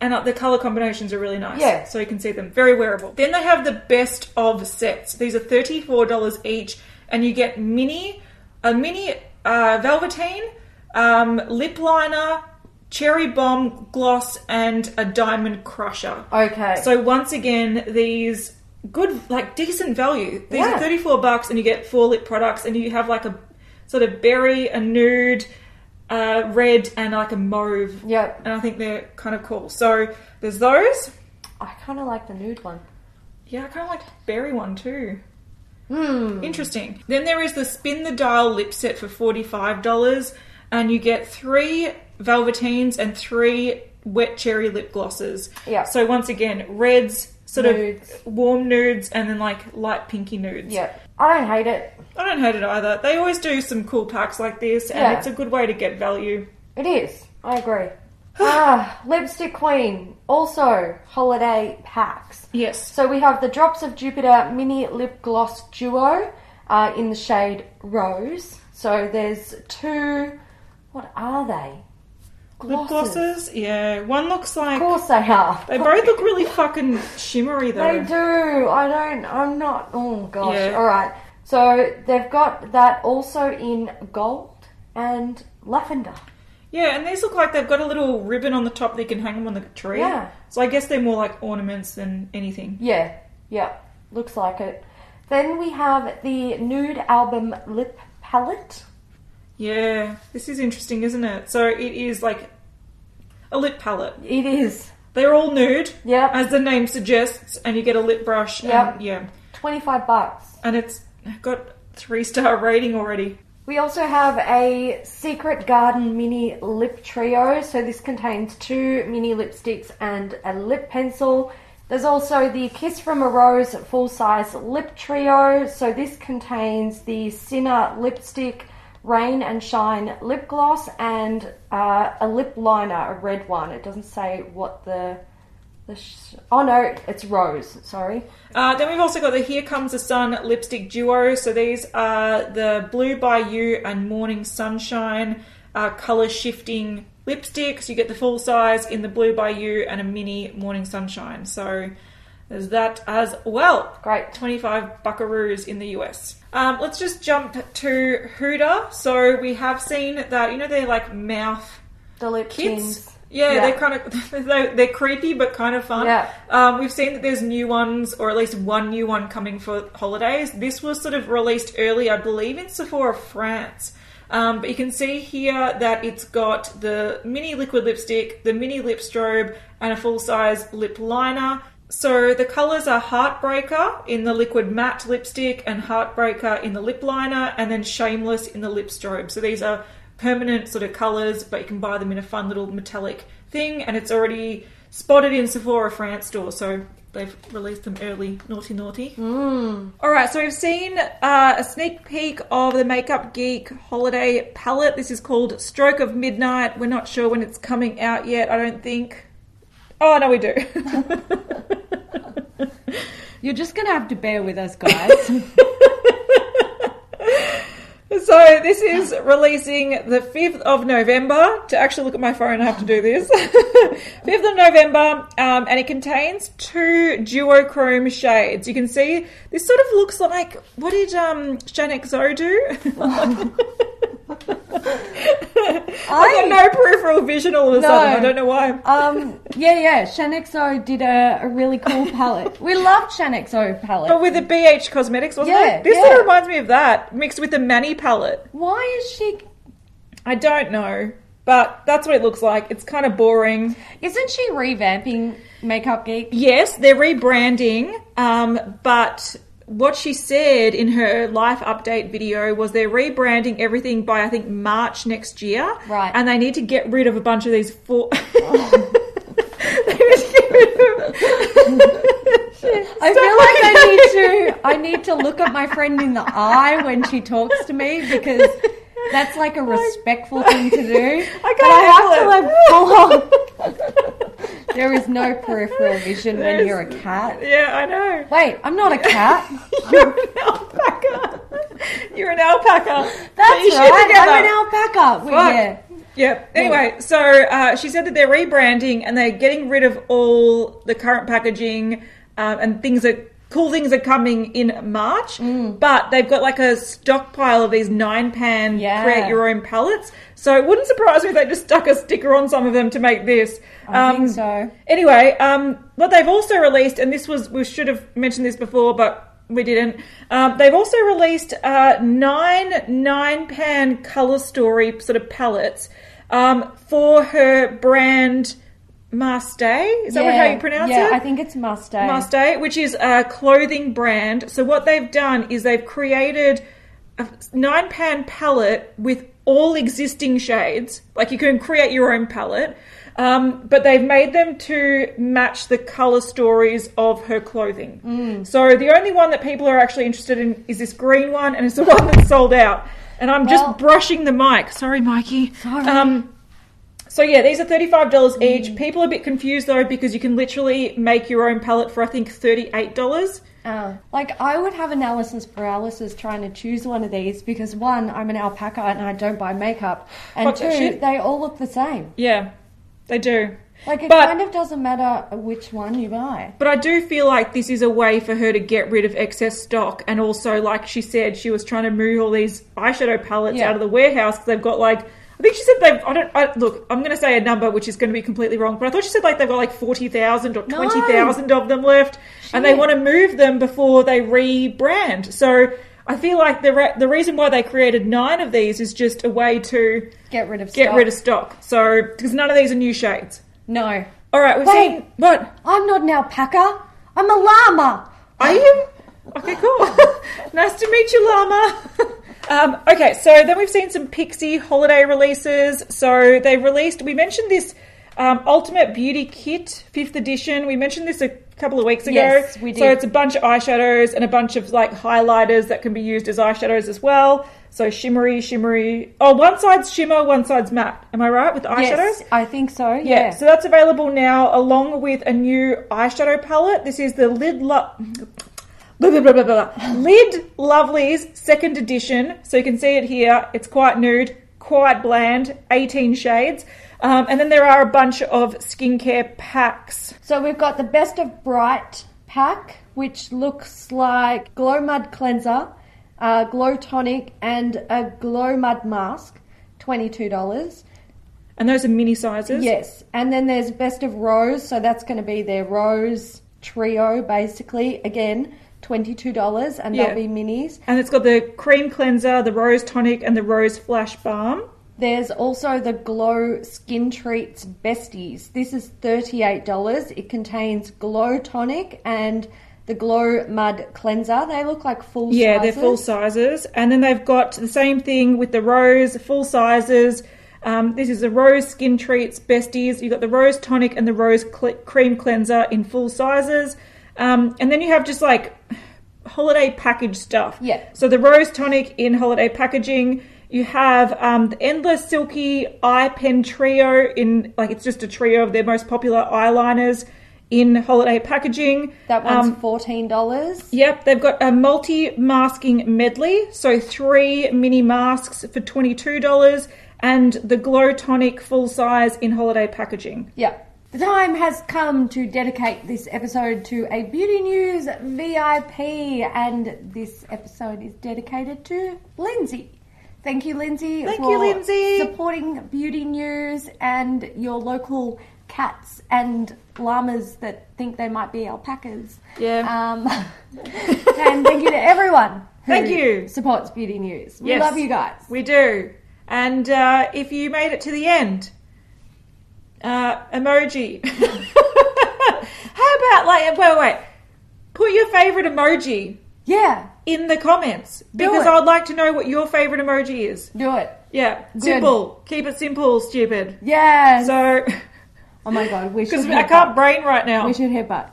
B: and uh, the color combinations are really nice.
A: Yeah.
B: So you can see them. Very wearable. Then they have the best of sets. These are $34 each, and you get mini, a mini uh, velveteen, um, lip liner, cherry bomb gloss, and a diamond crusher.
A: Okay.
B: So once again, these good, like decent value. These
A: Yeah.
B: are thirty-four bucks, and you get four lip products, and you have like a sort of berry, a nude, uh, red, and like a mauve.
A: yep.
B: And I think they're kind of cool. So there's those.
A: I kind of like the nude one.
B: Yeah, I kind of like the berry one too.
A: Hmm.
B: Interesting. Then there is the Spin the Dial lip set for $45, and you get three velveteens and three wet cherry lip glosses.
A: Yeah.
B: So, once again, reds, sort
A: Nudes.
B: of warm nudes, and then like light pinky nudes.
A: Yep. I don't hate it.
B: I don't hate it either. They always do some cool packs like this, and
A: Yeah.
B: it's a good way to get value.
A: It is. I agree. ah, lipstick queen. Also, holiday packs.
B: Yes.
A: So we have the Drops of Jupiter mini lip gloss duo uh, in the shade rose. So there's two. What are they?
B: Lip glosses, yeah. One looks
A: Of
B: like.
A: course they are.
B: They both look really fucking shimmery though.
A: They do. I don't. I'm not. Oh gosh.
B: Yeah.
A: All right. So they've got that also in gold and lavender.
B: Yeah, and these look like they've got a little ribbon on the top that you can hang them on the tree.
A: Yeah.
B: So I guess they're more like ornaments than anything.
A: Yeah. Yeah. Looks like it. Then we have the nude album lip palette.
B: Yeah, this is interesting, isn't it? So it is like a lip palette.
A: It is.
B: They're all nude,
A: Yep.
B: as the name suggests, and you get a lip brush.
A: Yep.
B: And, yeah,
A: Twenty five bucks.
B: and it's got three star rating already.
A: We also have a Secret Garden mini lip trio. So this contains two mini lipsticks and a lip pencil. There's also the Kiss from a Rose full size lip trio. So this contains the Sinner lipstick, Rain and Shine lip gloss, and uh, a lip liner, a red one. It doesn't say what the. the sh- oh no, it's Rose. Sorry.
B: Uh, then we've also got the Here Comes the Sun lipstick duo. So these are the Blue by You and Morning Sunshine uh, color shifting lipsticks. You get the full size in the Blue by You and a mini Morning Sunshine. So there's that as well.
A: Great.
B: 25 buckaroos in the US. Um, let's just jump to Huda. So we have seen that, you know, they're like mouth
A: The lip
B: kids.
A: tins.
B: Yeah,
A: Yeah.
B: they're kind of they're, they're creepy but kind of fun.
A: Yeah.
B: Um, we've seen that there's new ones, or at least one new one coming for holidays. This was sort of released early, I believe, in Sephora France. Um, but you can see here that it's got the mini liquid lipstick, the mini lip strobe, and a full size lip liner. So the colours are Heartbreaker in the liquid matte lipstick, and Heartbreaker in the lip liner, and then Shameless in the lip strobe. So these are permanent sort of colours, but you can buy them in a fun little metallic thing, and it's already spotted in Sephora France store, so they've released them early. Naughty, naughty. All right, so we've seen uh, a sneak peek of the Makeup Geek holiday palette. This is called Stroke of Midnight. We're not sure when it's coming out yet, I don't think. Oh, no, we do.
C: You're just going to have to bear with us, guys.
B: So this is releasing the 5th of November. To actually look at my phone, I have to do this. 5th of November, um, and it contains two duochrome shades. You can see this sort of looks like what did um, XO do? I've got no peripheral vision all of a
C: No.
B: sudden. I don't know why.
C: um, yeah, yeah. Shanexo did a, a really cool palette. We loved Shanexo
B: But
C: palette.
B: with the BH Cosmetics, wasn't
C: Yeah,
B: it? This
C: yeah.
B: sort of reminds me of that, mixed with the Manny palette.
C: Why is she?
B: I don't know, but that's what it looks like. It's kind of boring.
C: Isn't she revamping Makeup Geek?
B: Yes, they're rebranding, um, but what she said in her life update video was they're rebranding everything by I think March next year.
C: Right. Oh.
B: And they need to get rid of a bunch of these four. They need to get rid of-
C: I feel like I need to. I need to look at my friend in the eye when she talks to me because that's like a respectful thing to do.
B: I
C: But I have to
B: can't
C: like
B: handle
C: pull up. There is no peripheral vision when
B: There's-
C: you're a cat.
B: it. Yeah, I know.
C: Wait, I'm not a cat.
B: You're an alpaca. You're an alpaca.
C: That's
B: You should
C: right.
B: together.
C: I'm an alpaca. We-
B: Fuck.
C: yeah.
B: Yep. Anyway, so uh, she said that they're rebranding and they're getting rid of all the current packaging um, and things that cool things are coming in March. But they've got like a stockpile of these nine pan
C: Yeah.
B: create your own palettes. So it wouldn't surprise me if they just stuck a sticker on some of them to make this.
A: I think so.
B: Um, Anyway, um, what they've also released, and this was we should have mentioned this before, but we didn't. Um, they've also released uh, nine nine pan color story sort of palettes um, for her brand Mars Day. Is that what how you pronounce
A: yeah,
B: it?
A: I think it's Mustang.
B: Must Day, which is a clothing brand. So what they've done is they've created a nine pan palette with all existing shades. Like you can create your own palette, um, but they've made them to match the color stories of her clothing. So the only one that people are actually interested in is this green one, and it's the one that's sold out. And I'm
A: Well-
B: just brushing the mic. Sorry, Mikey.
A: Sorry.
B: Um, so yeah, these are thirty-five dollars each. People are a bit confused though because you can literally make your own palette for I think thirty-eight dollars.
A: Uh, like I would have analysis paralysis trying to choose one of these because one, I'm an alpaca and I don't buy makeup, and
B: Fuck that
A: two,
B: shit.
A: they all look the same.
B: Yeah, they do.
A: Like it
B: But-
A: kind of doesn't matter which one you buy.
B: But I do feel like this is a way for her to get rid of excess stock, and also, like she said, she was trying to move all these eyeshadow palettes
A: Yeah.
B: out of the warehouse. 'cause they've got like, I think she said they've. I don't I, look. I'm going to say a number which is going to be completely wrong, but I thought she said like they've got like forty thousand or
A: No.
B: twenty thousand of them left, and they
A: Shit.
B: want to move them before they rebrand. So I feel like the re- the reason why they created nine of these is just a way to
A: Get rid of
B: get
A: stock.
B: rid of stock. So because none of these are new shades.
A: no.
B: All right, we've
A: Wait.
B: seen what.
A: I'm not an alpaca. I'm a llama.
B: Are you? Okay, cool. nice to meet you, Llama. um, okay, so then we've seen some Pixie holiday releases. So they released, we mentioned this um, Ultimate Beauty Kit, 5th edition. We mentioned this a couple of weeks ago.
A: Yes, we
B: So
A: did.
B: it's a bunch of eyeshadows and a bunch of like highlighters that can be used as eyeshadows as well. So shimmery, shimmery. Oh, one side's shimmer, one side's matte. Am I right with the eyeshadows?
A: Yes, I think so. Yeah.
B: Yeah, so that's available now along with a new eyeshadow palette. This is the Lid Lo- blah, blah, blah, blah, blah. Lid Lovelies second edition. So you can see it here. It's quite nude, quite bland, 18 shades. Um, and then there are a bunch of skincare packs.
A: So we've got the Best of Bright pack, which looks like Glow Mud Cleanser, uh, Glow Tonic, and a Glow Mud Mask, $22.
B: And those are mini sizes.
A: Yes. And then there's Best of Rose, so that's going to be their Rose trio, basically. Again, $22, and
B: Yeah.
A: they'll be minis.
B: And it's got the cream cleanser, the rose tonic, and the rose flash balm.
A: There's also the Glow Skin Treats Besties. This is $38. It contains Glow Tonic and the Glow Mud Cleanser. They look like full
B: Yeah,
A: sizes.
B: they're full sizes. And then they've got the same thing with the rose, full sizes. Um, this is the rose skin treats besties. You've got the rose tonic and the rose cl- cream cleanser in full sizes. Um, and then you have just like holiday package stuff.
A: Yeah.
B: So the rose tonic in holiday packaging. You have um, the endless silky eye pen trio in like it's just a trio of their most popular eyeliners in holiday packaging.
A: That one's
B: Um,
A: $14.
B: Yep, they've got a multi masking medley, so three mini masks for $22 and the Glow Tonic full size in holiday packaging.
A: Yeah. The time has come to dedicate this episode to a Beauty News VIP, and this episode is dedicated to Lindsay. Thank you, Lindsay,
B: Thank
A: for
B: you, Lindsay.
A: supporting Beauty News and your local cats and llamas that think they might be alpacas.
B: Yeah.
A: Um, and thank you to everyone. who
B: Thank you.
A: Supports Beauty News. We
B: Yes.
A: love you guys.
B: We do. And uh, if you made it to the end, uh, emoji. How about, like, wait, wait, put your favourite emoji
A: Yeah,
B: in the comments
A: Do
B: because
A: it.
B: I'd like to know what your favourite emoji is.
A: do it.
B: Yeah, simple. Keep it simple, stupid.
A: Yes.
B: So,
A: oh my god, we should.
B: because I
A: headbutt.
B: can't brain right now.
A: We should headbutt.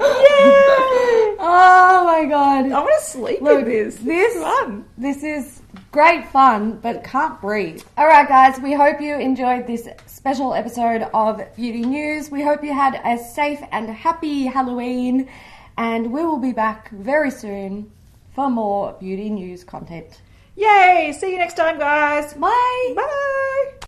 B: yeah!
A: Oh my god.
B: I want to sleep
A: Look,
B: in this.
A: this-
B: It's fun.
A: This is great fun, but can't breathe. All right, guys, we hope you enjoyed this special episode of Beauty News. We hope you had a safe and happy Halloween, and we will be back very soon for more beauty news content.
B: Yay! See you next time, guys.
A: Bye.
B: Bye.